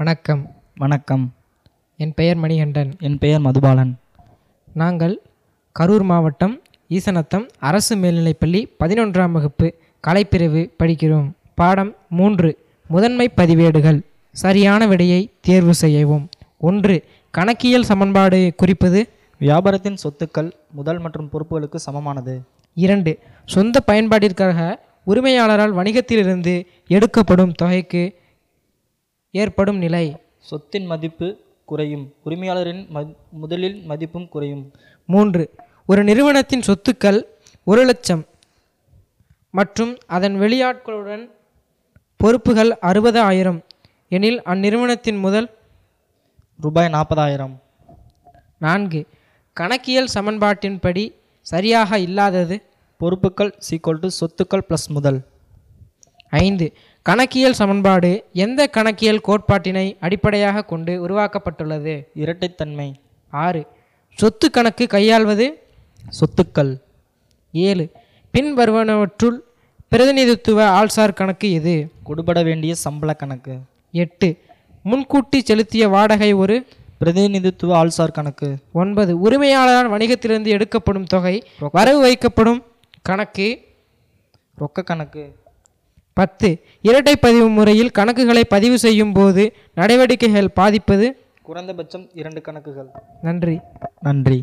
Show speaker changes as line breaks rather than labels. வணக்கம்
வணக்கம்
என் பெயர் மணிகண்டன்
என் பெயர் மதுபாலன்
நாங்கள் கரூர் மாவட்டம் ஈசனத்தம் அரசு மேல்நிலைப்பள்ளி பதினொன்றாம் வகுப்பு கலைப்பிரிவு படிக்கிறோம் பாடம் மூன்று முதன்மை பதிவேடுகள் சரியான விடையை தேர்வு செய்யவும் ஒன்று கணக்கியல் சமன்பாடு குறிப்பது
வியாபாரத்தின் சொத்துக்கள் முதல் மற்றும் பொறுப்புகளுக்கு சமமானது
இரண்டு சொந்த பயன்பாட்டிற்காக உரிமையாளரால் வணிகத்திலிருந்து எடுக்கப்படும் தொகைக்கு ஏற்படும் நிலை
சொத்தின் மதிப்பு குறையும் உரிமையாளரின் ம- முதலில் மதிப்பும் குறையும்
மூன்று ஒரு நிறுவனத்தின் சொத்துக்கள் ஒரு லட்சம் மற்றும் அதன் வெளியாட்களுடன் பொறுப்புகள் அறுபது ஆயிரம் எனில் அந்நிறுவனத்தின் முதல்
ரூபாய் நாற்பதாயிரம்
நான்கு கணக்கியல் சமன்பாட்டின்படி சரியாக இல்லாதது
பொறுப்புகள் சீக்வல் டு சொத்துக்கள் ப்ளஸ் முதல்
ஐந்து கணக்கியல் சமன்பாடு எந்த கணக்கியல் கோட்பாட்டினை அடிப்படையாக கொண்டு உருவாக்கப்பட்டுள்ளது
இரட்டைத்தன்மை
ஆறு சொத்து கணக்கு கையாள்வது
சொத்துக்கள்
ஏழு பின்வருவனவற்றுள் பிரதிநிதித்துவ ஆள்சார் கணக்கு எது
கொடுபட வேண்டிய சம்பள கணக்கு
எட்டு முன்கூட்டி செலுத்திய வாடகை ஒரு
பிரதிநிதித்துவ ஆள்சார் கணக்கு
ஒன்பது உரிமையாளரால் வணிகத்திலிருந்து எடுக்கப்படும் தொகை வரவு வைக்கப்படும் கணக்கு
ரொக்க கணக்கு
பத்து இரட்டை பதிவு முறையில் கணக்குகளை பதிவு செய்யும் போது நடவடிக்கைகள் பாதிப்பது
குறைந்தபட்சம் இரண்டு கணக்குகள்
நன்றி
நன்றி